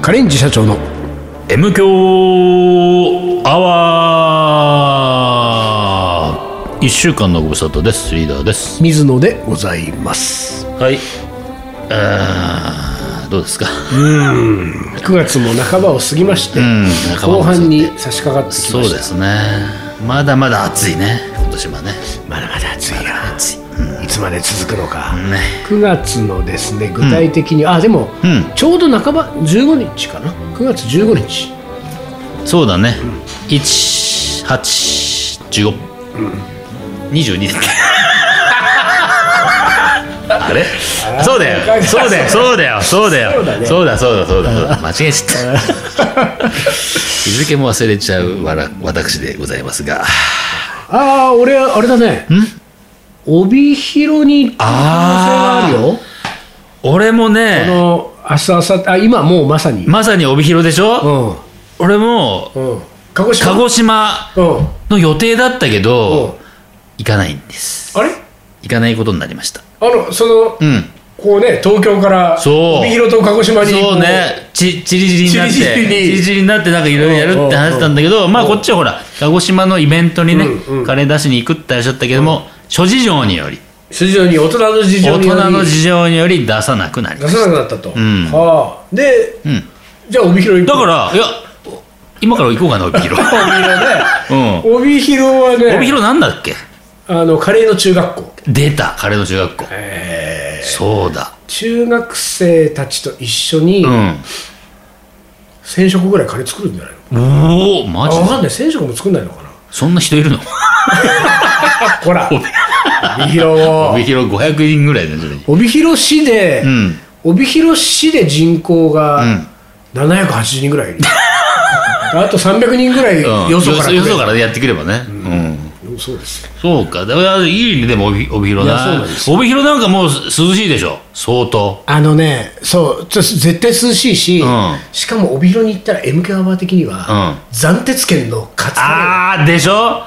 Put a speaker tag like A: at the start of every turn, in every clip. A: カレンジ社長の
B: M 強アワー一週間のご無沙汰ですリーダーです
A: 水野でございます
B: はいあーどうですか
A: 9月も半ばを過ぎまして、
B: ん半ばを
A: 後
B: 過ぎて
A: 半に差し掛かってき
B: そ
A: ま
B: う
A: し
B: で
A: た
B: すねまだまだ暑いね今年はね
A: まだまだ暑いな暑い、いつまで続くのか、
B: ね
A: 9月のですね具体的に、あでも、
B: うん
A: ちょうど半ば15日かな9月15日
B: そうだね181522だっけ あれそうだよそうだよそうだよそうだ
A: そうだね
B: よそうだそうだそうだそうだ間違えちゃった 日付も忘れちゃうわら私でございますが
A: ああ俺あれだね帯広に行ってる可能性があるよ
B: 俺も
A: あ
B: ね
A: の明日明後日あ今もうまさに、
B: まさに帯広でしょ、
A: うん
B: 俺も
A: うん鹿児
B: 鹿
A: 島
B: 児島
A: うん
B: の予定だったけ
A: うん
B: ど行かないんです
A: あれ
B: 行かないことになりました
A: あのその、
B: うん
A: こうね東京から
B: そう
A: 帯広と鹿児島に
B: そうねちちりじりになって
A: ちりじりに
B: ちりじりになってなんかいろいろやるって話したんだけどまあこっちはほら鹿児島のイベントにね
A: うんうん
B: カレー出しに行くって話だったけども諸事情により
A: こう筋状に大人の事情
B: 大
A: により
B: 人の事情により出さなくなり
A: 出
B: まし
A: さなくなったと、
B: ん
A: はあで
B: たうん
A: じゃあ帯広行
B: だ
A: こ
B: か
A: う
B: らいや今から行こうかな 帯広うん
A: 帯広はね
B: 帯広なんだっけ
A: あのカレーの中学校
B: 出たカレーの中学校そうだ
A: 中学生たちと一緒に
B: うん
A: 1000食ぐらいカレー作るんじゃないの、
B: おおマ
A: あ
B: ジ
A: 分かん
B: で
A: ない1000食も作んないのかな
B: そんな人いるの
A: ほら帯広を
B: 帯広500人ぐらいだよそれに
A: 帯広市で、
B: うん
A: 帯広市で人口
B: う
A: が
B: ん
A: 780人ぐらいいる あと300人ぐらい
B: うん
A: よそから来る、
B: よそからやってくればねうん
A: うんそうですよ
B: そうか、だからいいね、でも帯帯広
A: いやそう
B: な
A: なんです
B: 帯広なんかもう涼しいでしょ、相当。
A: あのねそうちょ絶対涼しいし、
B: うん
A: しかも帯広に行ったら MK アワー的には、
B: う
A: 暫定券のカツカ
B: あー、でしょ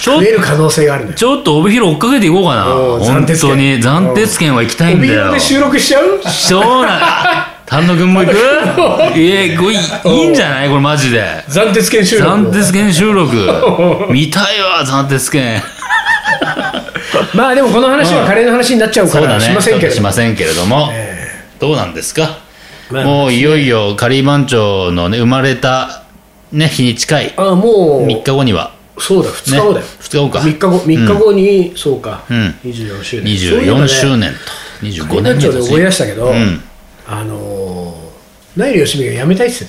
B: ち
A: レー
B: ょ
A: が出る可能性があるのよ
B: ちょっと帯広追っかけていこうかな、
A: おー
B: 本
A: 暫定券
B: 当に、暫定券は行きたいん
A: 帯
B: だよ
A: 広で。収録しちゃ う
B: そうなんだ、丹野くんも 行くいえ、これいいいんじゃないこれマジで。
A: 暫定券収録
B: 暫定券収録。見たいわ、暫定券。
A: まあでもこの話はカレーの話になっちゃうか
B: そうだ
A: ら
B: ね、
A: しませんけれ
B: し
A: ども
B: ませんけれども、どうなんですか、もういよいよ仮番長のね生まれた、ね、日に近い
A: ああも
B: 3日後には、
A: うそうだ2日後だよ、
B: ね二日後か
A: 3日後三日後に、そうか、
B: ん
A: 24周年
B: 24周
A: 年
B: 年と25年
A: 年
B: 目
A: 長で思い出
B: で
A: したけど、
B: ん
A: あのー、ナイル吉見が辞めたいって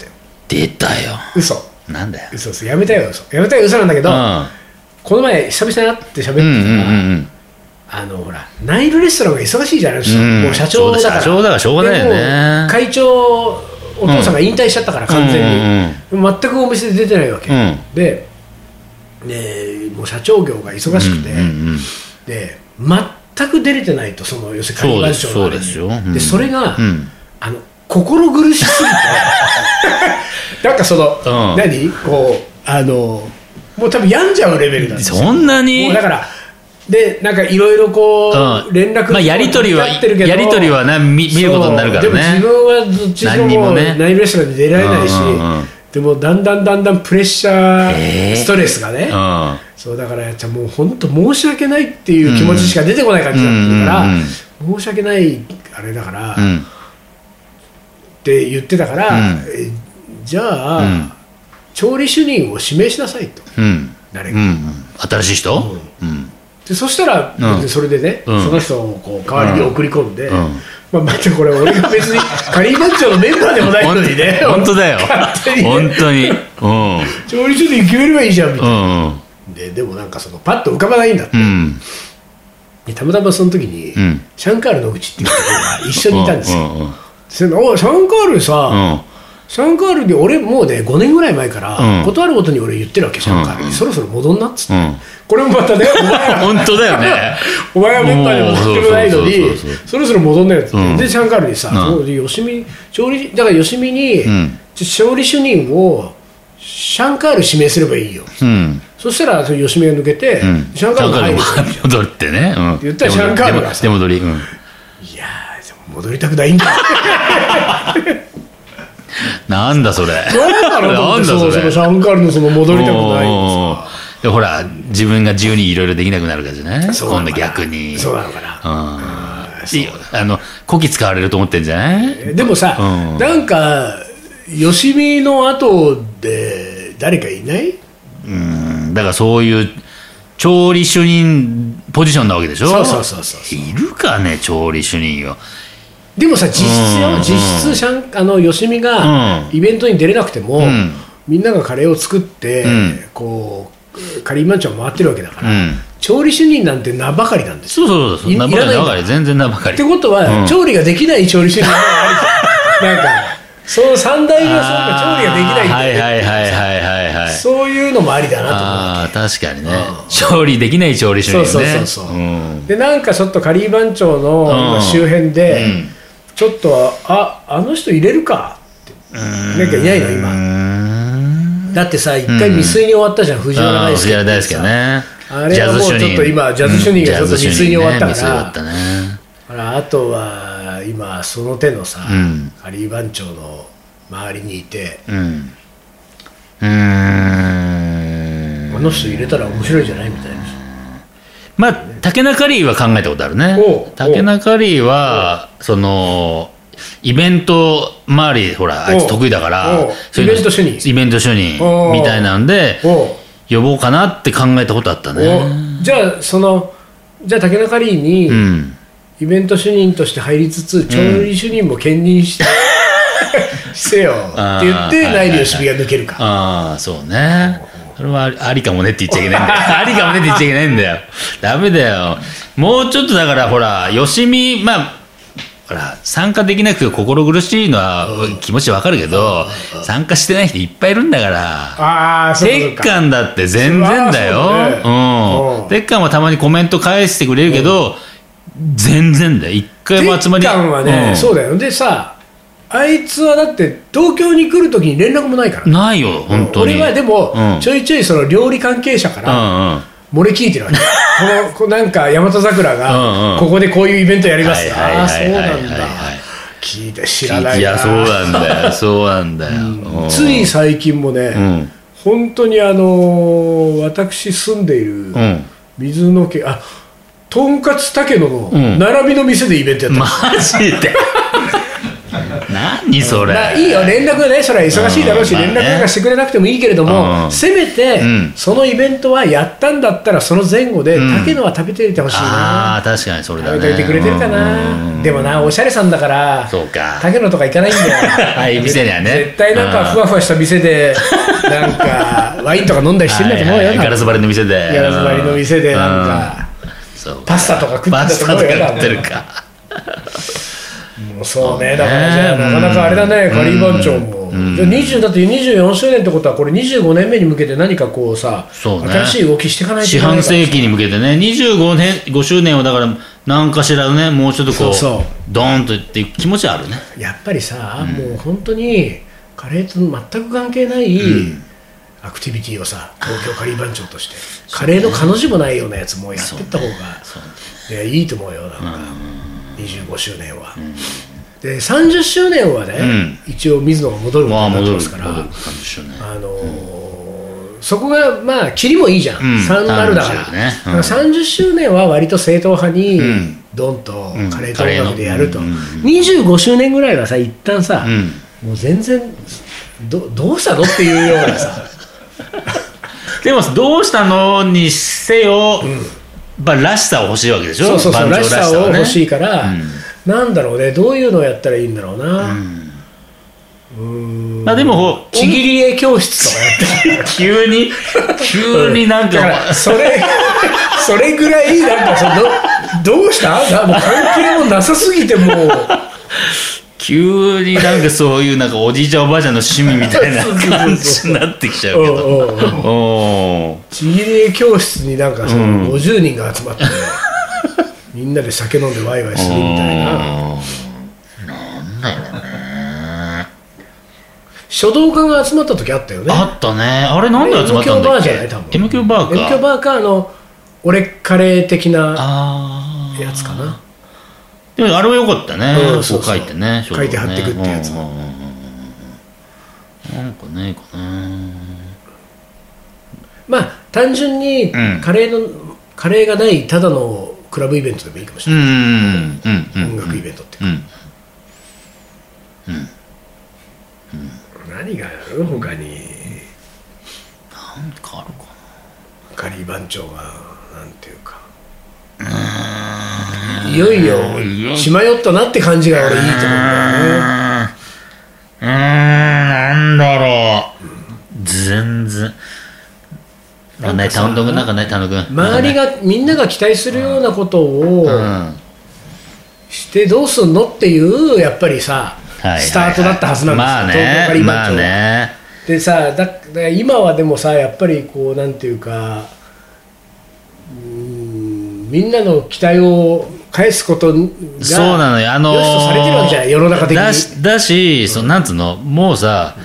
A: 言ってたよ
B: 出たよ
A: 嘘
B: なんだよ、
A: 嘘嘘辞めたいは嘘辞めたいは嘘なんだけ
B: う
A: ど、この前久々に会って喋ってたら、
B: ん、うんうんうんうん
A: あのほらナイルレストランが忙しいじゃないですか、
B: うん
A: もう社長だから
B: そうだ社長だからしょうがないよね
A: でもう会長お父さんが引退しちゃったから、完全に、全くお店で出てないわけ、
B: うん
A: ででもう社長業が忙しくて、
B: うんうんうん
A: で全く出れてないとその要するに会長のあれに
B: そうですそうですようん
A: でそれが、
B: うん
A: あの心苦しすぎて なんかその、
B: うん
A: 何こうあのもう多分病んじゃうレベルなんですよ
B: そんなに
A: もうだからでなんかいろいろこう、
B: うん
A: 連絡
B: まあやり取りは
A: 取ってるけど
B: やり取りはな見見ることになるから
A: そうで
B: ね
A: も自分はどっち
B: 何に
A: にも
B: もね
A: ナイルレストランに出られないし、
B: うんうんうん
A: でもだんだんだんだんプレッシャー、
B: えー
A: ストレスがね、
B: うん
A: そうだからじゃあもう本当申し訳ないっていう気持ちしか出てこない感じだったから、
B: うんうん
A: 申し訳ないあれだから、
B: う
A: っ
B: ん
A: て言ってたから、
B: うん
A: えじゃあ、
B: うん
A: 調理主任を指名しなさいと
B: うん
A: 誰
B: う
A: か、
B: んうん新しい人うん
A: でそしたら、
B: うん
A: それでね、
B: うん
A: その人をこう代わりに送り込んで、
B: うん
A: まあ、待ってこれ俺が別にカリー番長のメンバーでもないのにね
B: 本当だよ
A: 勝手にね
B: 本当にうん
A: 調理主任決めればいいじゃんみた
B: う
A: いな、
B: ん
A: ででもなんかそのパッと浮かばないんだって
B: う、ん
A: でたまたまその時に、
B: うん
A: シャンカール野口っていう人が一緒にいたんですよ、
B: うんうん
A: そのおシャンカールさ、
B: うん
A: シャンカールに俺もうね5年ぐらい前から、
B: うん
A: 断るごとに俺言ってるわけシャンカールに、そろそろ戻んなっつって、
B: うん
A: これもまた ねお 前は
B: 本当だよね
A: お前はメンバーでも何でもないの
B: もう
A: に
B: そうそうそうそう
A: そろそろ戻んなよっつって、
B: うん
A: でシャンカールにさ、
B: う
A: そう吉見調理だから吉見に、
B: ん
A: ちょ調理主任をシャンカール指名すればいいよ
B: うん
A: そしたらその吉見が抜けて、
B: うん
A: シャンカールが入る
B: シャンカールも戻るってね、うん、
A: 言ったらシャンカールがさ
B: 出戻り、出戻り
A: いやー戻りたくないんだ
B: うなんだそれ。
A: なんだろうと思ってそのそのシャンカールのその戻りたくない
B: おーおーおーでほら自分が自由にいろいろできなくなるからじゃない
A: そうなの
B: 今
A: かな
B: 度逆に
A: そうなのかな
B: うんしあのこき使われると思ってんじゃない
A: でもさ、
B: うん
A: なんか吉見の後で誰かいない
B: うんだからそういう調理主任ポジションなわけでしょ
A: そうそうそうそう
B: いるかね調理主任よ
A: でもさ実質よ、
B: うん
A: 実質シャンあの吉見が
B: うん
A: イベントに出れなくても、
B: ん
A: みんながカレーを作って、
B: ん
A: こうカリーマンチョン回ってるわけだか
B: う
A: ら、
B: ん
A: 調理主任なんて名ばかりなんですよ
B: そうそうそうそう
A: い
B: 名ばか
A: いら
B: り
A: ない
B: 名ばかり全然名ばかり
A: ってことは、
B: うん
A: 調理ができない調理主任もあるじ ゃんなんかその三大がそうか調理ができないん
B: あ
A: だ
B: ー
A: よね
B: はいはいはいはいはいはい
A: そういうのもありだなと思う
B: ああー確かにね調理できない調理主任
A: そう
B: ね
A: そうそうそう、
B: ん
A: でなんかちょっとカリー番長
B: う
A: の
B: ん
A: 周辺で、
B: うん
A: ちょっとああの人入れるかってなんかいないの
B: う
A: 今
B: ーん
A: だってさ一回未遂に終わったじゃん、藤原
B: あ
A: 大輔
B: あ藤原大輔ね
A: あれはもうちょっと今ジャズ主任がちょっと未遂に終わったから
B: うんジャズ主任ね未遂終わったね
A: ほらあとは今その手のさ、
B: うん
A: カリー番長の周りにいて、
B: うんうーん
A: あの人入れたら面白いじゃないみたいな
B: まあ竹中リーは考えたことあるね
A: おう
B: 竹中リーはそのイベント周りほらあいつ得意だから
A: おう
B: そういうの
A: イベント主任
B: イベント主任
A: おう
B: みたいなんで
A: おう
B: 呼ぼうかなって考えたことあったね
A: おじゃあそのじゃあ竹中リーに、
B: うん
A: イベント主任として入りつつ調理主任も兼任 して、せよって言って
B: あー
A: 内裏吉見が抜けるか、
B: ああそうねそれはありありかもねって言っちゃいけないんだ よありかもねって言っちゃいけないんだよダメだよもうちょっとだからほらよしみまあほら参加できなくて心苦しいのは気持ちわかるけど参加してない人いっぱいいるんだから
A: ああそういう
B: 鉄
A: ことか
B: 管だって全然だ
A: そ
B: よ
A: うだね
B: う
A: うん
B: ん鉄管はたまにコメント返してくれるけど全然だよ一回も集まり
A: 鉄管はね、
B: うん
A: そうだよでさあいつはだって東京に来るときに連絡もないから、
B: ないよ本当に
A: 俺はでも、
B: うん
A: ちょいちょいその料理関係者か
B: う
A: ら
B: んうん
A: 漏れ聞いてるわけ、このこうなんか大和桜
B: うんう
A: が
B: ん
A: ここでこういうイベントやります
B: はい
A: ああ
B: はい
A: そう
B: はいはい
A: な
B: はい
A: んだ聞いて知らないない
B: やそうなんだ よそうなんだよ、うん
A: つい最近もね、
B: うん
A: 本当にあの私住んでいる
B: うん
A: 水の家あとんかつたけのの
B: ん
A: 並びの店でイベントやった、
B: マジで何それ
A: まあいいよ連絡ねそれは忙しいだろうし、
B: うんまあ
A: 連
B: ね
A: 絡なんかしてくれなくてもいいけれども、
B: うん
A: せめて、
B: うん
A: そのイベントはやったんだったらその前後で、
B: ん
A: たけのは食べておいてほしいな
B: ああ確かにそれだ
A: 食べ
B: ね
A: ておいてくれてるか
B: うんうんう
A: な、
B: ん
A: でもなおしゃれさんだから
B: そうか
A: 竹野とか行かないんだよ
B: はい店にはね
A: 絶対なんかふわふわした店でなんかワインとか飲んだりしてんだと思うよ、
B: はいはいガラス張りの店で
A: ガラス張りの店でなんか
B: そう
A: パスタとか食ってた
B: パ
A: と
B: ス
A: 思
B: タ
A: う
B: と
A: よ
B: か食ってるか
A: もうそうねだからじゃあなかなかあれだね、
B: うん
A: カリー番長も、
B: うん
A: じゃあ20だって24周年ってことはこれ25年目に向けて何かこうさ
B: そうね
A: 新しい動きしていかないとい
B: 四
A: けない
B: 半
A: から
B: 世紀に向けてね25年5周年をだから何かしらねもうちょっとこ
A: そう
B: う
A: そう
B: ドーンといって気持ちはあるね
A: やっぱりさ、もう本当にカレーと全く関係ない、アクティビティをさ東京カリー番長として、カレーの彼女もないようなやつもやってった方が、いやいいと思うよなんか、25周年は、で30周年はね、
B: うん
A: 一応水野が戻るこ
B: ま
A: と
B: あ
A: になって
B: 戻る
A: ます
B: 戻
A: か
B: る
A: ら
B: 感じですよね
A: あのーそこがまあ切りもいいじゃん、
B: うん
A: 3なるだから,、
B: 30ねうん
A: だから30周年は割と正統派に
B: うん
A: ドンと
B: ん
A: カレーと音楽でやると、
B: カレーのうん
A: 25周年ぐらいはさ一旦さ、
B: うん
A: もう全然どどうしたのっていうようなさ
B: でもどうしたのにせよ、まあらしさを欲しいわけでしょ
A: そうそうそう
B: 番長
A: らしさを欲しい
B: らしさ
A: から、
B: うん
A: なんだろうねどういうのをやったらいいんだろうな、
B: をねまあでもほ
A: ちぎり絵教室とかやって
B: 急に急になん
A: だから
B: か
A: それそれぐらいなんかそのどうしたなもう関係もなさすぎてもう。
B: 急になんかそういうなんかおじいちゃんおばあちゃんの趣味みたい な
A: そうそうそう
B: 感じになってきちゃうけど
A: うんうんうん
B: おー
A: ちぎり絵教室になんかそ
B: うん
A: の50人が集 まって、みんなで酒飲んでワイワイするみたいな書道家が集まった時あったよね
B: あったねあれなんで集まったんだっ
A: M 響バー
B: け
A: じゃない多分
B: M 響バーか
A: M 響バーかあの俺カレー的な
B: あー
A: やつかな
B: でもあれは良かったね、
A: うん
B: こ
A: そうそ
B: う書
A: う
B: いてね
A: 書いて貼ってくってやつ
B: うんうんうんうんなんかないかな
A: まあ単純に
B: うん
A: カレーの、カレーがないただのクラブイベントでもいいかもし
B: う
A: れない、
B: んうんうんうん
A: 音楽イベントっていう
B: う
A: か、
B: ん
A: 何がある他に
B: なんかあるか
A: カ
B: な
A: リー番長がなんていうかいよいよしまよったなって感じが俺いいと思うんだよね
B: うーんなんだろう全然なんかね単独なんかね単独
A: 周りがみんなが期待するようなことを
B: うん
A: してどうすんのっていうやっぱりさ、
B: はい
A: スタートだったはずなんですよ、
B: まあ
A: 東京カリ
B: ね
A: ー番
B: まあ
A: 長は
B: ね
A: でさだだ今はでもさやっぱりこうなんていうかうーんみんなの期待を返すことが
B: そうなのよ、あのー
A: 良しとされてるわけじゃない世の中的に
B: だし、だしそのなんつうの、もうさ、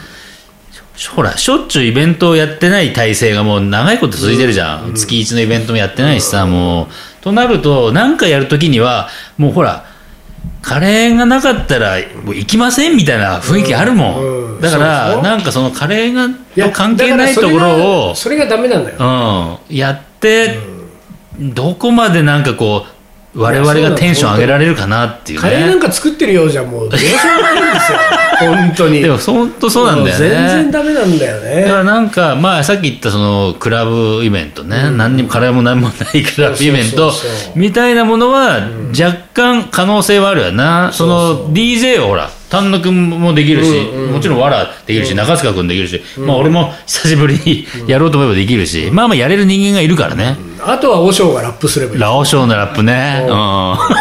B: しほら、しょっちゅうイベントをやってない体制がもう長いこと続いてるじゃん、月1のイベントもやってないしさ、もう。となると、なんかやるときには、もうほら、カレーがなかったらもう行きませんみたいな雰囲気あるもん。
A: うんうん
B: だ
A: そ
B: か
A: うでし
B: ら、
A: ょ
B: なんかそのカレーが
A: いや
B: と関係ない
A: だ
B: と
A: からそ
B: こ
A: れが
B: ろを、
A: それがダメなんだよ、
B: うん、やって、どこまでなんかこう我
A: い
B: 々
A: やそうな
B: が
A: の
B: テンション上げられるかなっていう
A: カレーなん
B: ね
A: か作ってるようじゃもうどうしようもないんですよ本当に
B: でも 本当そうなんだよね
A: もう全然ダメなんだよ
B: だか
A: ね
B: らなんか、まあ、さっき言ったそのクラブイベントね、何にもカレーも何もないクラブイベント
A: そうそうそうそう
B: みたいなものは若干可能性はあるよな、そ
A: そうそ
B: の DJ をほら丹野くんもできるし、もちろんわらできるし、中塚くんできるし、まあ、俺も久しぶりにやろうと思えばできるし、まあまあやれる人間がいるからね、
A: あとは和尚がラップすればいい
B: ラオショーのラップね。う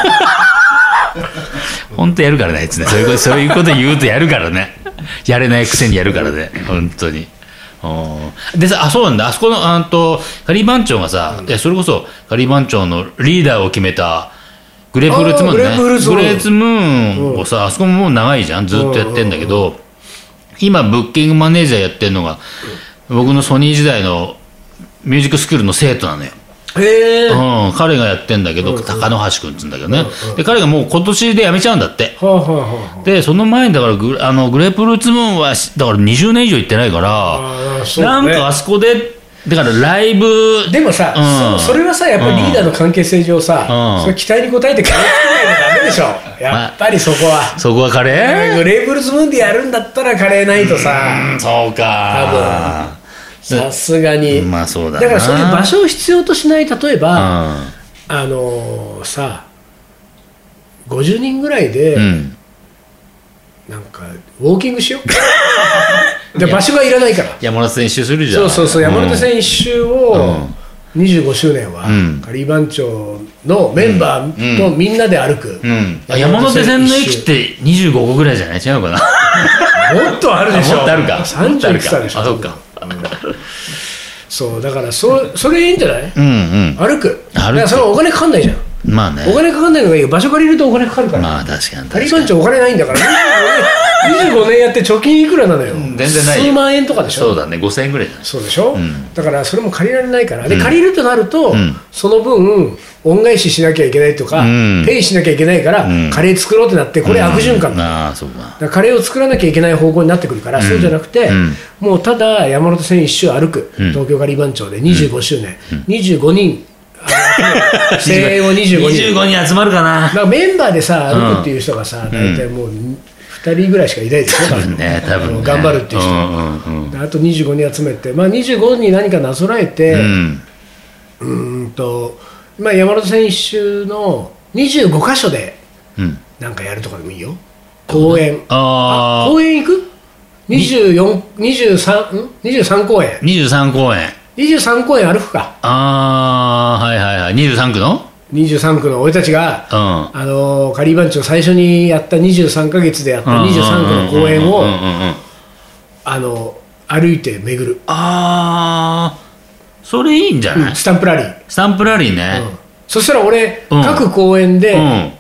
B: ん。 本当やるからね、あいつね。そういうこと、そういうこと言うとやるからね。やれないくせにやるからね。本当に。うんでさ、あ、そうなんだ。あそこの、あんと、カリー番長がさ、いや、それこそ、カリー番長のリーダーを決めた、グレープフルーツムーンね。
A: あーグレープフルーツムーン
B: グレーツムーンをさ、あそこももう長いじゃん。ずっとやってんだけど、今、ブッキングマネージャーやってるのが、僕のソニー時代のミュージックスクールの生徒なのよ。
A: へえは
B: うん、彼がやってんだけど、高野橋君っつうんだけどね、で彼がもう今年で辞めちゃうんだって
A: あはあは
B: でその前にだからグあのグレープフルーツムーンはしだから20年以上行ってないから、
A: ああそう
B: な
A: だ
B: ん
A: ね
B: かあそこでだからライブ
A: あでもさ、
B: うん
A: そそれはさやっぱりリーダーの関係性上さ、
B: うん
A: それ期待に応えてカレー作らないとダメでし ょやっぱりそこは、
B: そこはカレー、
A: グレープフルーツムーンでやるんだったらカレーないとさ
B: そうか
A: さすがに、
B: まあそうだ
A: だ
B: な
A: からそういう場所を必要としない例え
B: う
A: ば、
B: ん
A: あのーさ50人ぐらいで、
B: うん
A: なんかウォーキングしよ うで場所がいらないから
B: 山手線一周するじゃん
A: そうそうそう山手
B: うん
A: 線一周を25周年は、
B: うん
A: カリー番長のメンバーとみんなで歩く、
B: うんあ山手線の駅って25個ぐらいじゃない違うかな
A: もっとある
B: も
A: で
B: っ
A: しょ
B: とあるかもっとあ
A: 30
B: る
A: いくつある
B: か
A: でしょ
B: あそっか
A: そうだからそそれいいんじゃない
B: うんうん
A: 歩く
B: 歩く
A: だからそれお金かかんないじゃん
B: まあね
A: お金かかんないのがいいよ場所借りるとお金かかるから、
B: まあ確かに
A: カリ
B: 確
A: ー番
B: かに
A: 長お金ないんだから25年 ,25 年やって貯金いくらなのよ、
B: 全然ないよ
A: 数万円とかでしょ
B: そうだね5000円ぐらいじゃない
A: そうでしょ、
B: ん
A: だからそれも借りられないからで、借りるとなると、
B: ん
A: その分恩返ししなきゃいけないとか、
B: うん
A: ペイしなきゃいけないから、
B: うん
A: カレー作ろうってなってこれ悪循環、だか
B: ああそうから
A: カレーを作らなきゃいけない方向になってくるから、そうじゃなくて、
B: うん
A: もうただ山手線一周歩く、
B: ん
A: 東京カリー番長で25周年、25人 あの 声援を25人だか
B: 人集まるかな
A: らメンバーでさ歩くっていう人がさ、大体もう2人ぐらいしかいないでしょ
B: 多分ね多
A: あ
B: 分
A: の
B: ね
A: 頑張るっていう人、
B: うんうんうん
A: であと25人集めて、まあ、25に何かなぞらえて、
B: うん
A: うーんと、まあ、山手線一周の25箇所で
B: うん
A: なんかやるとかでもいいよ公園
B: ああ
A: 公園行く24 23ん23公園
B: 23公演
A: 23公園歩くか
B: ああはいはいはい23区の
A: 23区の俺たちが、
B: うん
A: あのーカリー番長最初にやった23か月でやった23区の公園
B: うんうんう
A: を、
B: んうん
A: あのー歩いて巡る、
B: ああそれいいんじゃない
A: スタンプラリー、
B: スタンプラリー
A: う
B: ね
A: んそしたら俺、
B: うん
A: 各公園で、
B: うん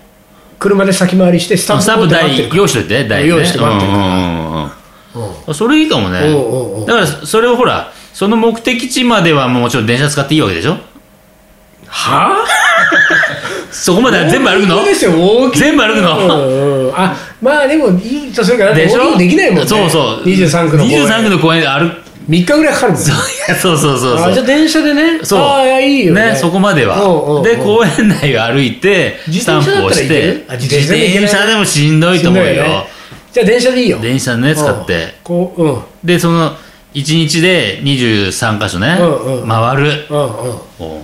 A: 車で先回りしてスタンプ
B: スタンプ
A: 持って待って
B: 台
A: るから
B: 用意しといて台ね
A: 用意して待ってるから
B: うんうんうんうんあそれいいかもね
A: おうおうおう
B: だからそれをほらその目的地まではもうもちろん電車使っていいわけでしょ
A: は
B: そこまで全部歩くの
A: ですよウォーキング
B: 全部歩くの
A: うんうんあまあでもいいとするから
B: でし
A: ボーリン
B: ょ
A: グできないもんね
B: そうそう
A: 23区の公園
B: 23区の公園で歩く
A: 3日ぐらいかかるもんね
B: いやそうそうそうそう
A: あじゃあ電車でね
B: そう
A: ああいやいいよね
B: そこまでは、
A: うんうんうん
B: で公園内を歩いて
A: 自
B: スタ
A: 転
B: ン
A: 車だっ
B: プを
A: たら
B: し
A: いけ
B: て
A: るあ自転車でいけない
B: 自転車でもしんどいと思うよ
A: しんどねじゃあ電車でいいよ
B: 電車ね使って
A: うんこううん
B: でその1日で23箇所ね、
A: うんうん
B: 回る
A: うんうん
B: おう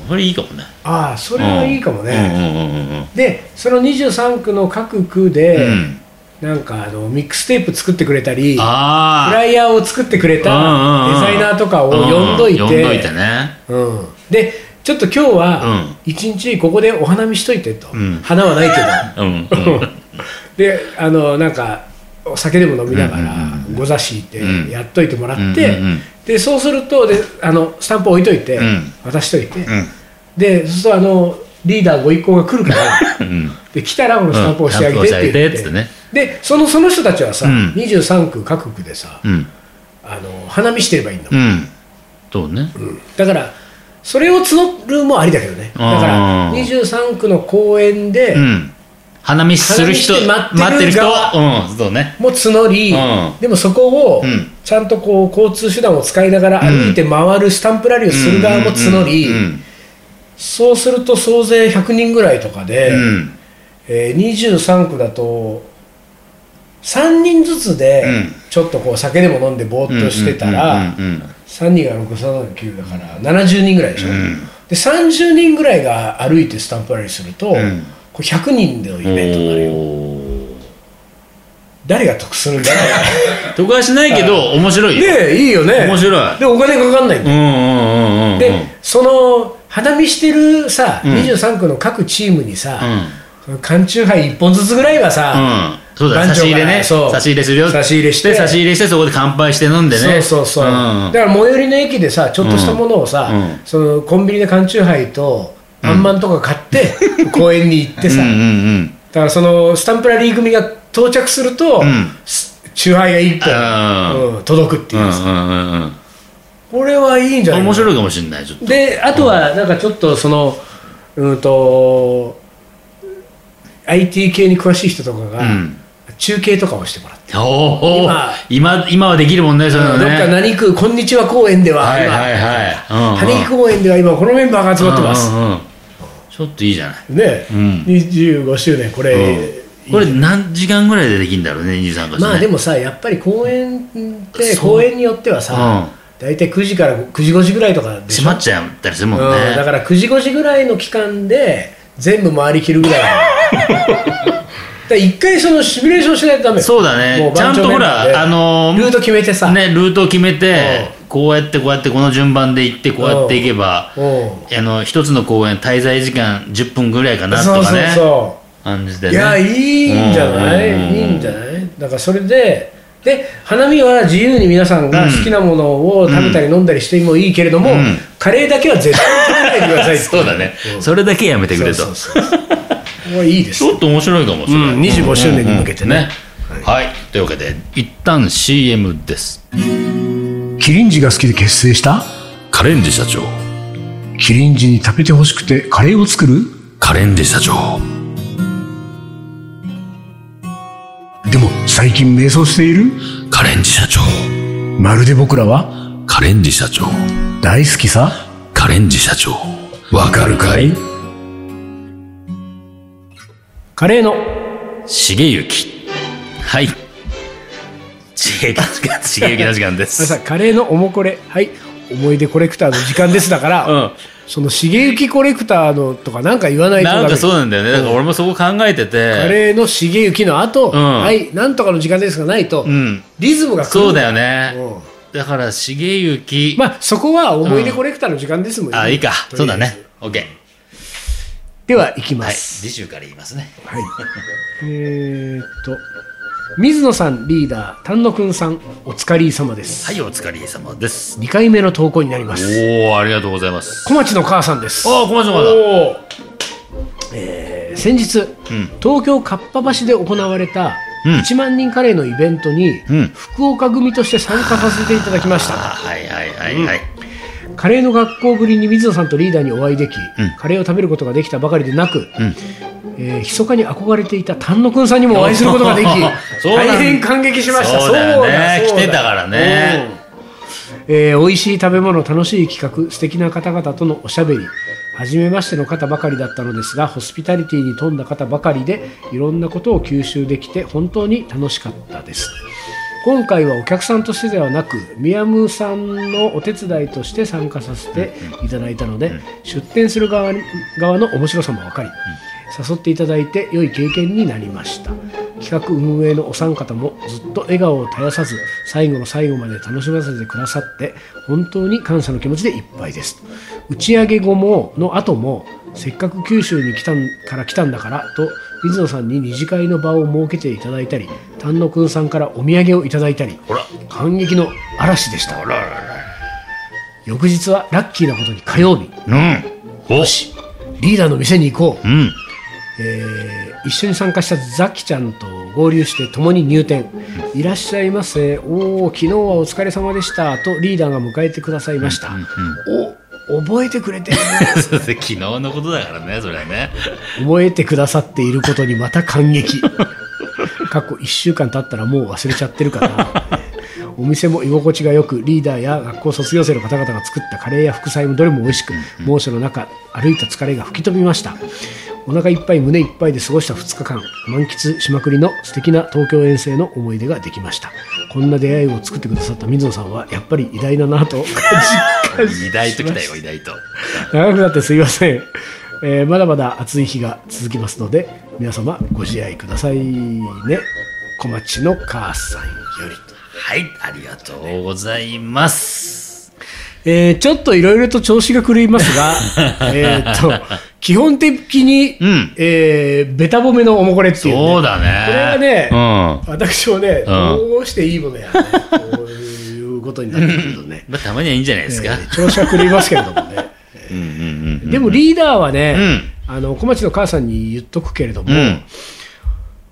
B: それいいかもね
A: ああそれはいいかもね、
B: うんうんうんうん
A: でその23区の各区
B: う
A: で、
B: ん
A: なんかあのミックステープ作ってくれたりフ
B: あ
A: ライヤーを作ってくれた
B: あ
A: デザイナーとかを呼んどいて,、
B: 呼んどいてね
A: うん、でちょっと今日
B: うん
A: は一日ここでお花見しといてと、
B: うん
A: 花はない
B: うんうん
A: けど、 であのなんかお酒でも飲みながら
B: うんうん
A: ご座敷いて
B: うん
A: やっといてもらって、
B: うんうんうん
A: でそうするとであのスタンプ置いといて、
B: うん
A: 渡しといて、
B: う
A: でそうするとあのリーダーご一行が来るから。
B: んうん
A: で来たらこのスタンプをしてあげてって言って,、
B: うんスタンプ押して
A: でそのその人たちはさ、
B: うん
A: 23区各区でさ
B: うん
A: あの花見してればいいんだも、
B: うんんそうね
A: だからそれを募るもありだけどねだか
B: あ
A: ら
B: ー
A: 23区の公園で、
B: うん花見する人
A: 花見して
B: 待
A: 待
B: っ
A: ってて
B: る
A: る
B: 人
A: 側
B: うんそうね
A: も募り、
B: うん
A: でもそこを
B: うん
A: ちゃんとこう交通手段を使いながら歩いて回るスタンプラリーをする側も募り、
B: うんうん
A: そうすると総勢100人ぐらいとかで、
B: うんうん
A: えー、23区だと3人ずつで
B: うん
A: ちょっとこう酒でも飲んでぼーっとしてたら
B: うんうんうん
A: 3人が639だから70人ぐらいでしょ、
B: ん
A: で30人ぐらいが歩いてスタンプラリーすると、
B: ん
A: こう100人でのイ
B: うん
A: ベントになるよ
B: お
A: 誰が得するんだろ
B: ー得はしないけど面白
A: う
B: いよ
A: ねえいいよね
B: 面白い
A: でお金かかんないん
B: う
A: だよ、
B: んうんうんうんうん
A: でその花見してるさ、
B: うん
A: 23区の各チームに
B: う
A: さ、
B: ん
A: その缶チューハイ1本ずつぐらいはさ、
B: うんそうだ
A: 番
B: 差
A: 長
B: し入れ
A: か
B: ね
A: らそう
B: 差し入れするよ
A: 差し入れして
B: で差し入れしてそこで乾杯して飲んでね
A: そうそうそう、
B: ん
A: だから最寄りの駅でさちょっとしたものをさ、
B: うんうん
A: そのコンビニで缶チューハイとあんまんとか買っ て、公園に行ってさ、
B: うんう
A: だ
B: んうん
A: からそのスタンプラリー組が到着すると、
B: うん
A: すチューハイが1
B: う
A: 個、うん届くって
B: うん
A: いうう、
B: んうんうん
A: これはいいんじゃない
B: 面
A: い
B: 白いかもしれないちょっと
A: であとはなんかちょっとそのうんと IT 系に詳しい人とかが、
B: うん
A: 中継とかをしてもらって。
B: おお今今はできるもんねそういうの
A: どっか
B: ね
A: 何区、こんにちは公園では、
B: はいはい
A: 今
B: はい
A: 羽根公園では今このメンバーが集まってます、
B: うんうんうんちょっといいじゃない
A: ね、
B: うん
A: 25周年これ、
B: これ何時間ぐらいでできるんだろうね23か所
A: まあで
B: ね
A: もさやっぱり公園って
B: そう
A: 公園によってはさ
B: う
A: 大体9時から9時5時ぐらいとかでしょ
B: 閉まっちゃったりするもん
A: うん、だ
B: ね
A: から9時5時ぐらいの期間で全部回りきるぐらい だ一回そのシミュレーションしないとダメよ
B: そうだね
A: もう番長
B: ちゃんとほら
A: メンバーで
B: あのー
A: ルート決めてさ、
B: ねルートを決めてこうやってこうやってこの順番で行ってこうやって行けば
A: うん
B: あの一つの公演滞在時間10分ぐらいかな
A: そ
B: と
A: う
B: か
A: そう
B: ね
A: そう
B: 感じで
A: いやい
B: ね
A: いんじゃない、
B: うん
A: いいんじゃないだからそれでで花見は自由に皆さんが好きなものを食べたり飲んだりしてもいいけれども、
B: うん
A: カレーだけは絶対食べないでくださいってい
B: そうだね
A: ん
B: それだけやめてくれと
A: そうそうそうこれいいで
B: ち
A: す
B: ょっと面白いかもしれない、
A: うん25周年に向けてね
B: はい、というわけで一旦 CM です
A: キリンジが好きで結成した
B: カレンジ社長
A: キリンジに食べてほしくてカレーを作る
B: カレンジ社長
A: でも最近迷走している
B: カレンジ社長
A: まるで僕らは
B: カレンジ社長
A: 大好きさ
B: カレンジ社長わかるかい
A: カレーの
B: 重幸はい重幸の時間重幸の時間で
A: あの
B: す
A: さカレーのおもこれはい思い出コレクターの時間ですだから、
B: うん
A: その重幸コレクターのとかなんか言わないと
B: なん
A: ダメ
B: かそうなんだよねだから俺もそこ考えて
A: カ
B: て
A: レーの重幸の後、
B: ん
A: はい、なんとかの時間ですがないと、
B: うん
A: リズムが狂
B: そうだ
A: よ、
B: よね
A: うん
B: だから重幸
A: まあ、そこは思い出コレクターの時間ですもんね。
B: あいいか
A: とり
B: そ
A: あえず
B: うだ。ね OK
A: では、行きま
B: はい
A: す。
B: 次週から言いますね
A: はい。えーっと、水野さんリーダー、丹野くんさん、お疲れ様です。
B: はい、お疲れ様です。
A: 2回目の投稿になります。
B: おお、ありがとうございます。
A: 小町の母さんです。
B: ああ、小松さん、小
A: おーえー先日、
B: ん
A: 東京かっぱ橋で行われた
B: うん
A: 1万人カレーのイベントに
B: ん
A: 福岡組として参加させていただきました、
B: 松さん。はいはいはいはい。
A: カレーの学校ぶりに水野さんとリーダーにお会いでき、カレーを食べることができたばかりでなく、
B: ん
A: えー密かに憧れていた丹野くんさんにもお会いすることができ
B: そうなん
A: 大変感激しました
B: そうだよね
A: そうだそうだ
B: 来てたからね
A: うんえー美味しい食べ物楽しい企画素敵な方々とのおしゃべり初めましての方ばかりだったのですがホスピタリティに富んだ方ばかりでいろんなことを吸収できて本当に楽しかったです今回はお客さんとしてではなくミヤムさんのお手伝いとして参加させていただいたので出店する側に側の面白さも分かり誘っていただいて良い経験になりました企画運営のお三方もずっと笑顔を絶やさず最後の最後まで楽しませてくださって本当に感謝の気持ちでいっぱいです打ち上げ後もの後もせっかく九州に来たんから来たんだからと水野さんに二次会の場を設けていただいたり丹野くんさんからお土産をいただいたり
B: ほら
A: 感激の嵐でした
B: らら
A: 翌日はラッキーなことに火曜日
B: らうんお
A: しリーダーの店に行こう
B: うん
A: えー一緒に参加したザキちゃんと合流して共に入店いらっしゃいませおお昨日はお疲れ様でしたとリーダーが迎えてくださいました、お覚えてくれてる
B: そう そう昨日のことだからねそれはね
A: 覚えてくださっていることにまた感激過去1週間経ったらもう忘れちゃってるかなお店も居心地がよくリーダーや学校卒業生の方々が作ったカレーや副菜もどれも美味しく猛暑の中歩いた疲れが吹き飛びましたお腹いっぱい胸いっぱいで過ごした2日間満喫しまくりの素敵な東京遠征の思い出ができましたこんな出会いを作ってくださった水野さんはやっぱり偉大だなと実感 し
B: 偉大ときたよ偉大と
A: 長くなってすいません、えーまだまだ暑い日が続きますので皆様ご自愛くださいね小町の母さんより、
B: はいありがとうございます
A: えーちょっといろいろと調子が狂います がえーっと基本的に、
B: うん
A: えーベタ褒めのおもこれっていう、ね、
B: そうだね
A: これはね
B: うん
A: 私もね、
B: ん
A: どうしていいものやらねこういうことになってくるとね、
B: まあ、たまにはいいんじゃないですか、
A: えー調子が狂いますけれどもね
B: うん うん
A: でもリーダーはね、あの小町の母さんに言っとくけれども、
B: うんうん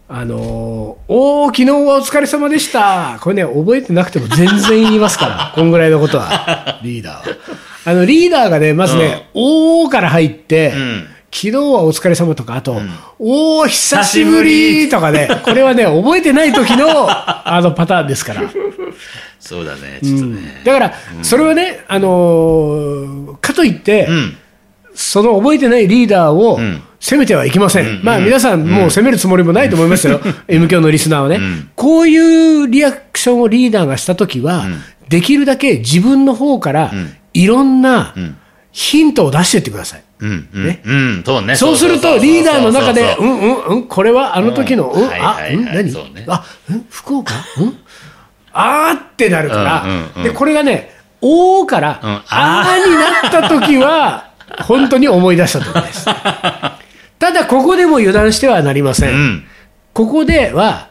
A: あのー、おー、昨日はお疲れ様でした。これね、覚えてなくても全然言います から、こんぐらいのことは、リーダーは。あの、リーダーがね、まずね、おーから入って、
B: ん
A: 昨日はお疲れ様とか、あと、おー、久しぶりとかね、これはね、覚えてない時 の、あの、パターンですから。
B: そうだねちょっと
A: うん
B: ね
A: だから、それはね、あのーかといって、
B: うん
A: その覚えてないリーダーを
B: ん
A: 責めてはいけません、まあ皆さん、もう責めるつもりもないと思いますよ、M 教のリスナーはね、
B: ん
A: こういうリアクションをリーダーがしたときは、できるだけ自分の方からいろんなヒントを出してってください。
B: うんうん
A: ね
B: うんそうね
A: そうすると、リーダーの中で、
B: そううそうん
A: うんうん、これはあの時の、
B: う
A: うんん、
B: はい
A: あ
B: は、い
A: うん、
B: はい
A: 何
B: そうね
A: あ、うん、福岡うんあーってなるから、
B: うんうんうん
A: で、これがね、おーから、
B: うんあー
A: あーになった時は、本当に思い出した時です。ただ、ここでも油断してはなりません。
B: うん
A: ここでは、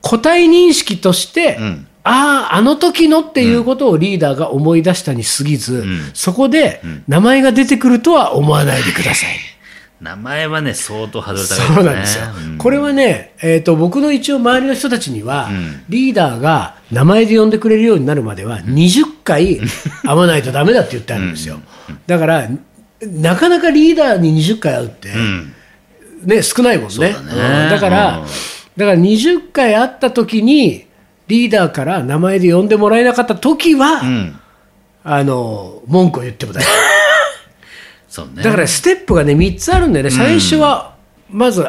A: 個体認識として、
B: うん
A: ああ、あの時のっていうことをリーダーが思い出したに過ぎず、
B: ん
A: そこで名前が出てくるとは思わないでください。
B: 名前はね相当ハードル高い
A: そうなんですよ。これ
B: は
A: はね、えーと、僕の一応周りの人たちには、
B: ん
A: リーダーが名前で呼んでくれるようになるまでは、20回 会わないとダメだって言ってあるんですよ。だから、なかなかリーダーに20回会うって、
B: うん
A: ね、少ないもんね。
B: だね
A: うんだから、
B: うん
A: だから20回会った時に、リーダーから名前で呼んでもらえなかった時は、
B: うん
A: あの、文句を言っても大丈夫。
B: そうね
A: だからステップがね、3つあるんだよね、最初はまず、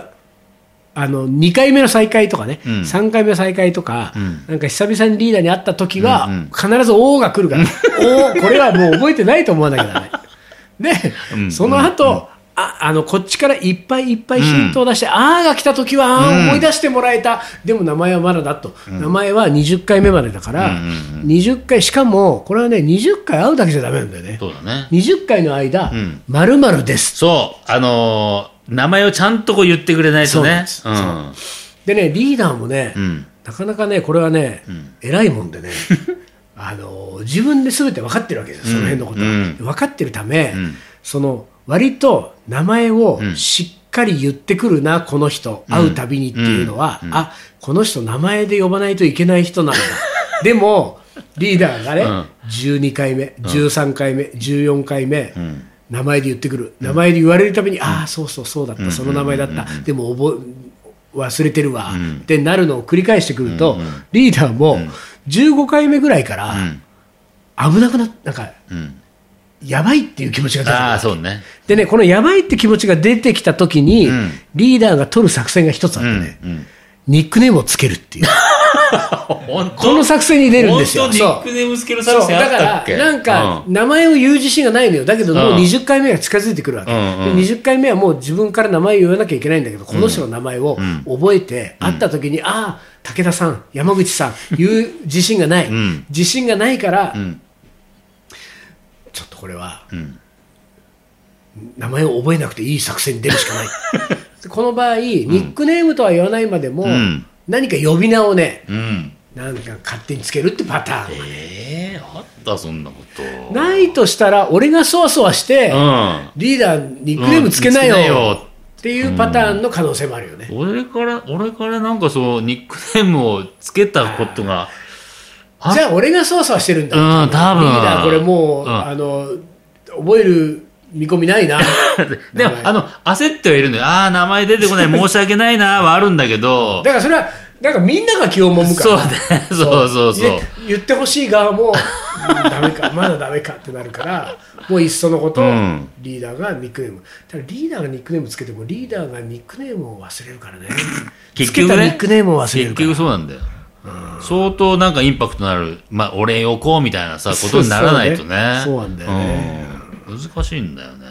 A: あの2回目の再会とかね、
B: ん
A: 3回目の再会とか、
B: ん
A: なんか久々にリーダーに会った時は、
B: うんうん
A: 必ず王が来るから、 王、これはもう覚えてないと思わなきゃだめ。で、
B: うん
A: その後、ああのこっちからいっぱいいっぱいヒントを出して、あーが来た時は、あー思い出してもらえた、でも名前はまだだと、名前は20回目までだから、20回、しかも、これはね、20回会うだけじゃだめなんだよね。
B: そうだね
A: 20回の間
B: ん、
A: まるまるです。
B: そうあのー名前をちゃんとこう言ってくれないと
A: そうなん
B: ね
A: です
B: うん
A: でね、リーダーもね、
B: ん
A: なかなかね、これはね、偉いもん でね、あの自分で全て分かってるわけですよ、その辺のことは。
B: うん
A: 分かってるため、
B: ん
A: その割と名前をしっかり言ってくるな、この人、会う たびにっていうのは、あこの人、名前で呼ばないといけない人なんだ。でもリーダーが
B: う
A: ね
B: ん、
A: 12回目、13回目、14回目、
B: ん
A: 名前で言ってくる、名前で言われるたびに、ああ、そうそう、そうだった、その名前だった、でも覚え忘れてるわ、ってなるのを繰り返してくると、リーダーも15回目ぐらいから、危なくなっなんか、
B: ん
A: やばいっていう気持ちが出てくる
B: ああ、そうね。
A: でね、このやばいって気持ちが出てきたときに、
B: ん
A: リーダーが取る作戦が一つあって
B: うん。
A: ね、ニックネームをつける っていう、
B: 本当
A: この作戦に出るんですよ。
B: 本当ニックネームつける作
A: そう
B: 戦あ
A: だ
B: っ
A: か
B: たっ
A: ら、
B: け
A: なんか、
B: う
A: 名前を言う自信がないのよ、だけど、もう
B: うん
A: 20回目が近づいてくるわけ、
B: うんうん
A: で20回目はもう自分から名前を言わなきゃいけないんだけど、この人の名前を覚えて、会った時に、ああ、武田さん、山口さん、言う自信がない、
B: ん
A: 自信がないから、
B: ん
A: ちょっとこれは、
B: ん
A: 名前を覚えなくていい作戦に出るし かない。でこの場合、ニックネームとは言わないまでも、
B: ん
A: 何か呼び名をね、
B: うん。
A: なんか勝手につけるってパターン。
B: ええあった、そんなこと。
A: ないとしたら、俺がそわそわして、リーダー、ニックネームつけなよ,、
B: うんつけなよ
A: っていうパターンの可能性もあるよね。
B: うん。俺から、俺からなんかそう、ニックネームをつけたことが、あ
A: じゃあ、俺がそわそわしてるんだ、
B: うん多分
A: リーダー、これもう、
B: うん
A: あの覚える見込みないな。
B: でも、あの、焦ってはいるのよ。ああ、名前出てこない、申し訳ないな、はあるんだけど
A: だ、からそれは、なんかみんなが気をもむか
B: そう
A: ら。
B: ね、そうそうそう
A: で。言ってほしい側も、うんダメか、 まだダメかってなるから、もういっそのこと、
B: うん
A: リーダーがニックネーム。ただリーダーがニックネームつけても、リーダーがニックネームを忘れるからね。
B: 結
A: つけ
B: 局
A: た
B: ね
A: ニックネームを忘れるか
B: 結
A: ら
B: 局。そうなんだよ。相当なんかインパクトのある、まあ、お礼をこうみたいなさ、こ
A: そう
B: とにならないとね。
A: そうなんだよね
B: うん。難しいんだよね。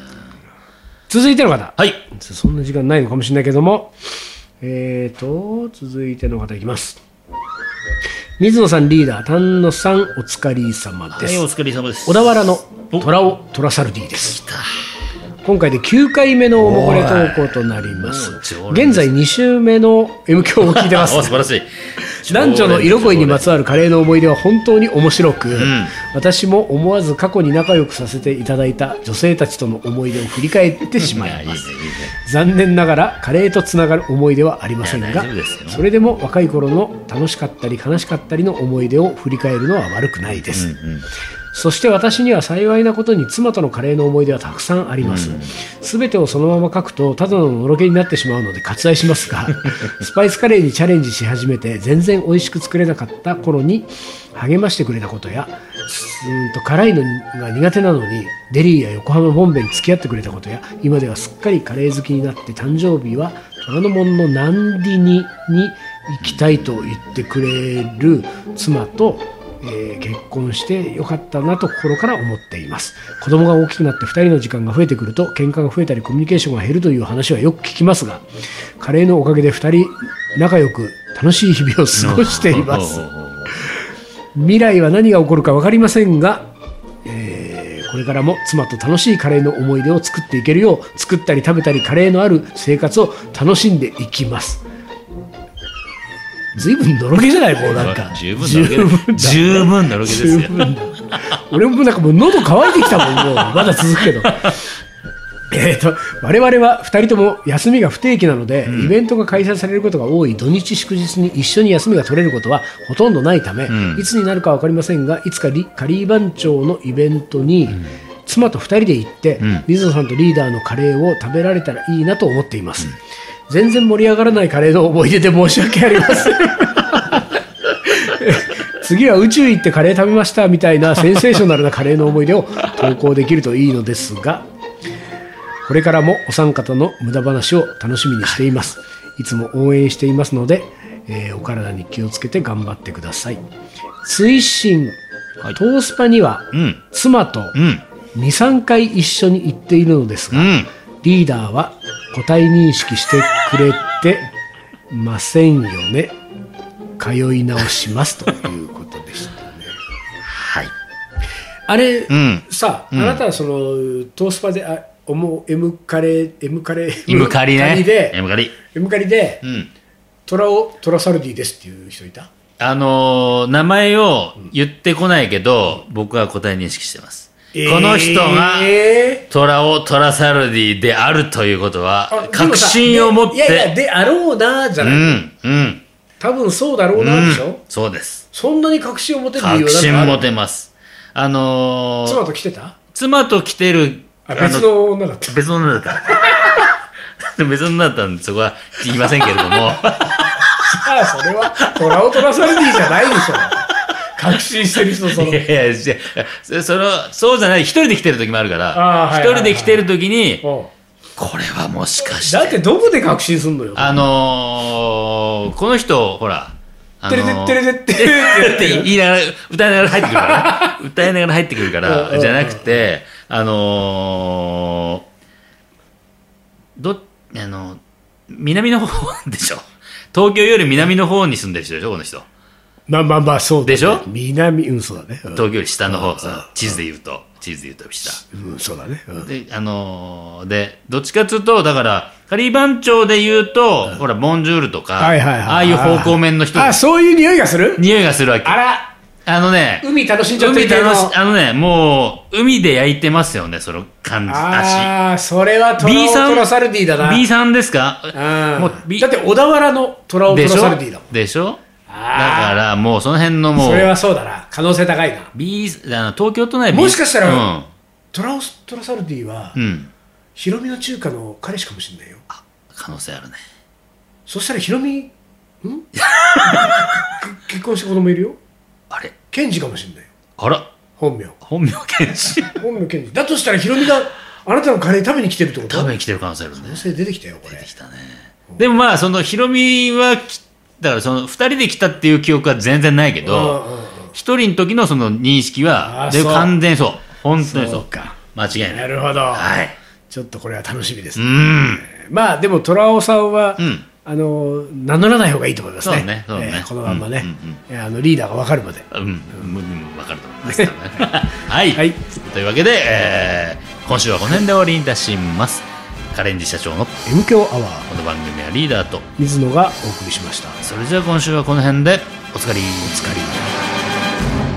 A: 続いての方。
B: はい。
A: そんな時間ないのかもしれないけども。えーと、続いての方いきます。水野さんリーダー、丹野さん、お疲れ様
B: は
A: です。
B: い、お疲れ様です。
A: 小田原の
B: お
A: 虎尾虎サルディです今回で9回目のおもこれ投稿となります
B: おいもう常連
A: 現
B: です
A: 在2週目の M 響を聞いてま
B: お素
A: す
B: 晴らしい。
A: 男女の色恋にまつ
B: わ
A: わるカレーの思い出は本当に面白く、
B: ん
A: 私も思わず過去に仲良くさせていただいた女性たちとの思い出を振り返ってしま
B: いや、い
A: い
B: い
A: ま
B: ね、いい
A: す
B: ね。
A: 残念ながらカレーとつながる思い出はありません
B: い
A: が
B: や大丈夫ですよ
A: それでも若い頃の楽しかったり悲しかったりの思い出を振り返るのは悪くないです、そして私には幸いなことに妻とのカレーの思い出はたくさんあります。すべ、てをそのまま書くとただののろけになってしまうので割愛しますが、スパイスカレーにチャレンジし始めて全然美味しく作れなかった頃に励ましてくれたことや、うーんと辛いのが苦手なのにデリーや横浜ボンベに付き合ってくれたことや、今ではすっかりカレー好きになって誕生日は虎ノ門のナンディニに行きたいと言ってくれる妻とえー結婚してよかったなと心から思っています子供が大きくなって2人の時間が増えてくると喧嘩が増えたりコミュニケーションが減るという話はよく聞きますがカレーのおかげで2人仲良く楽しい日々を過ごしています
B: おおおお
A: 未来は何が起こるか分かりませんが、えーこれからも妻と楽しいカレーの思い出を作っていけるよう作ったり食べたりカレーのある生活を楽しんでいきます随分のろけじゃないもうなんか
B: 十分だろけです。十分だろけですよ。
A: 俺もなんかもう喉乾いてきたもん、もうまだ続くけど。えーと我々は2人とも休みが不定期なので、イベントが開催されることが多い土日祝日に一緒に休みが取れることはほとんどないため、
B: うん
A: いつになるか分かりませんがいつかリカリー番長のイベントに妻と2人で行って、
B: ん
A: 水野さんとリーダーのカレーを食べられたらいいなと思っています、全然盛り上がらないカレーの思い出で申し訳ありません次は宇宙行ってカレー食べましたみたいなセンセーショナルなカレーの思い出を投稿できるといいのですがこれからもお三方の無駄話を楽しみにしていますいつも応援していますので、えーお体に気をつけて頑張ってください追伸
B: はい
A: トースパには
B: うん。
A: 妻と
B: うん。
A: 23回一緒に行っているのです
B: う
A: が
B: ん。
A: リーダーは個体認識してくれてませんよね通い直しますということでしたね
B: はい。
A: あれ、
B: うん。
A: さあ、
B: ん
A: あなたはそのトースパであ思う M カレー M カレー
B: イムカリね。イ
A: で
B: ムカリ。
A: M カリで
B: うん。
A: トラをトラサルディですっていう人いた
B: あのー名前を言ってこないけど、僕は答え認識してます。この人が、
A: え
B: トラオ・トラサルディであるということ
A: ーあ
B: は、
A: でも
B: 確
A: さ
B: 信を持っ
A: でいやいや
B: て、
A: であろうなじゃ
B: う
A: ない、
B: ん、うん。
A: 多分そうだろうなでしょ、
B: そうです。
A: そんなに確信を持てる理由
B: 確
A: は
B: 信
A: なんかあ
B: 持
A: る
B: てます。あのー
A: 妻と来てた
B: 妻と来てる、
A: あ別の女だった
B: 別の女だった。 別の女だったんで、そこは言いませんけれど も。
A: ああそれは虎を取らされていいじゃないでしょ確信してる人その
B: いやいや、じゃそその、そうじゃない、一人で来てる時もあるから、一、
A: あーはいはいはい
B: 人で来てる時に、
A: うん
B: これはもしかして、
A: だってどこで確信すんのよ
B: あのー、この人、ほら、あ
A: てれ
B: の
A: てって
B: ー
A: れてってれ
B: っ
A: って
B: て言いながら、 歌いながら入ってくるから、ね、歌いながら入ってくるか
A: うんうんう
B: ら、
A: ん
B: じゃなくて、あのー、ど、あの、南の方でしょ。東京より南の方に住んでる人でしょ、この人。
A: まあまあまあそうだね
B: でしょ
A: 南うんそうだねうん
B: 東京より下の方さ、地図で言うと、地図で言うと下。
A: うんそうだねうん
B: で、あのーで、どっちかっつうと、だから、カリー番長で言うと、ほら、ボンジュールとか、
A: はいはいはい
B: ああいう方向面の人、
A: あそういう匂いがする
B: 匂いがするわけ。
A: あら
B: あのね、
A: 海楽しんじゃって
B: 海
A: る系の
B: 楽し、あのね、もう、海で焼いてますよね、その感じ、足。
A: ああそれはトラ
B: B
A: オ
B: さん
A: トラサルディだな
B: B さんですか
A: うん
B: もう B
A: だって小田原のトラオト
B: で
A: ラ
B: し
A: サルディだ
B: ょ
A: もん
B: でしょだ
A: あー
B: から、もうその辺のも
A: それ
B: う、
A: はそうだな可能性高いな
B: B、あの東京都内 B
A: もしかしたら
B: うん。
A: トラオストラサルディは
B: うん。
A: ヒロミの中華の彼氏かもしれないよ
B: 可能性あるね。
A: そしたらヒロミん け結婚して子供いるよ
B: あれ
A: ケンジかもしれないよ
B: あら
A: 本名
B: 本名 検視
A: 本名ケンジだとしたらヒロミがあなたのカレー食べに来てるってこと
B: 多分来てる可能性あるね
A: 可能。性出てきたよこれ
B: 来たね。でもまあ、その、ヒロミはき、だからその、二人で来たっていう記憶は全然ないけど、
A: うんうんうん
B: 一人の時のその認識は、
A: あー
B: で
A: そう
B: 完全にそう。本当に
A: そ
B: そうう。
A: か
B: 間違いな。
A: ないるほど、
B: はい。
A: ちょっとこれは楽しみです、
B: う
A: ね
B: ん。
A: まあでも虎尾さんは、
B: うん
A: あの名乗らない方がいいと思いますね
B: そうねそうね
A: えーこのまんまね
B: うんうん、
A: えーあのリーダーが分かるまで
B: うん、うん、うん分かると思いますけどね。 はい、
A: はい
B: というわけで、えー今週はこの辺で終わりにいたします。カレンジ社長のこ
A: M 強アワー
B: の番組はリーダーと、
A: 水野がお送りしました
B: それじゃあ今週はこの辺でおつかり。おつ
A: お疲れ